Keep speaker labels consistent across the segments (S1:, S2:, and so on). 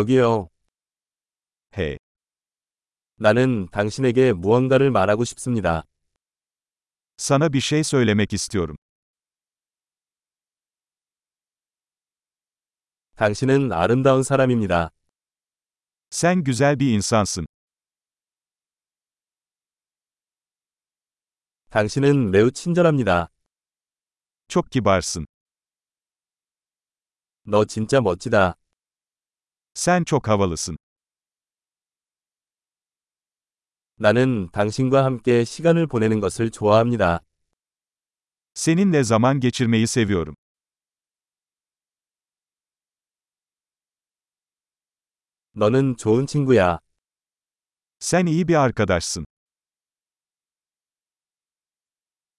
S1: 여기요.
S2: Hey,
S1: 나는 당신에게 무언가를 말하고 싶습니다.
S2: sana bir şey söylemek istiyorum.
S1: 당신은 아름다운 사람입니다.
S2: Sen güzel bir insansın.
S1: 당신은 매우 친절합니다.
S2: Çok kibarsın.
S1: 너 진짜 멋지다.
S2: Sen çok havalısın.
S1: 나는 당신과 함께 시간을 보내는 것을 좋아합니다.
S2: Seninle zaman geçirmeyi seviyorum.
S1: 너는 좋은 친구야.
S2: Sen iyi bir arkadaşsın.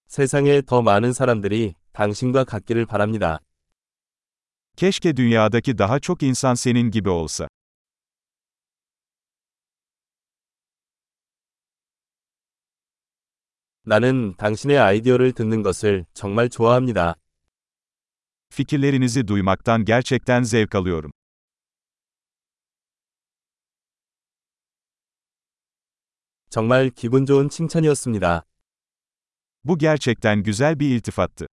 S1: 세상에 더 많은 사람들이 당신과 같기를 바랍니다.
S2: Keşke dünyadaki daha çok insan senin gibi olsa.
S1: 나는 당신의 아이디어를 듣는 것을 정말 좋아합니다.
S2: Fikirlerinizi duymaktan gerçekten zevk alıyorum.
S1: 정말 기분 좋은 칭찬이었습니다.
S2: Bu gerçekten güzel bir iltifattı.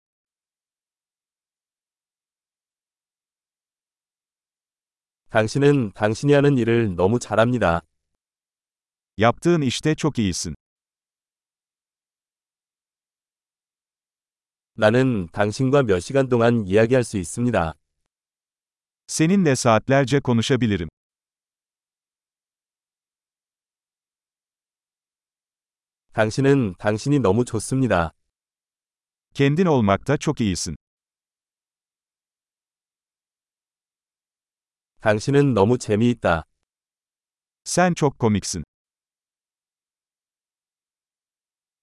S1: 당신은 당신이 하는 일을 너무 잘합니다.
S2: Yaptığın işte çok iyisin.
S1: 나는 당신과 몇 시간 동안 이야기할 수 있습니다.
S2: Seninle saatlerce konuşabilirim.
S1: 당신은 당신이 너무 좋습니다.
S2: Kendin olmakta çok iyisin.
S1: 당신은 너무 재미있다.
S2: Sen çok komiksin.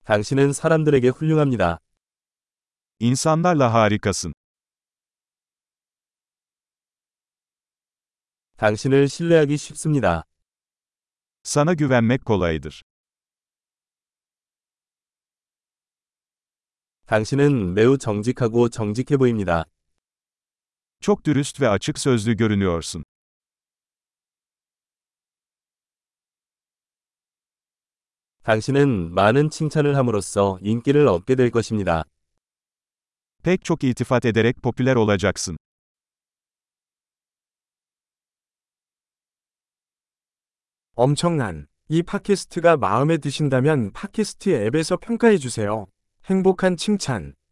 S1: 당신은 사람들에게 훌륭합니다.
S2: İnsanlarla harikasın.
S1: 당신을 신뢰하기 쉽습니다.
S2: Sana güvenmek kolaydır.
S1: 당신은 매우 정직하고 정직해 보입니다.
S2: Çok dürüst ve açık sözlü görünüyorsun.
S1: 당신은 많은 칭찬을 함으로써 인기를 얻게 될 것입니다.
S2: Pek çok iltifat ederek popüler olacaksın.
S3: 엄청난 이 팟캐스트가 마음에 드신다면 팟캐스트 앱에서 평가해 주세요. 행복한 칭찬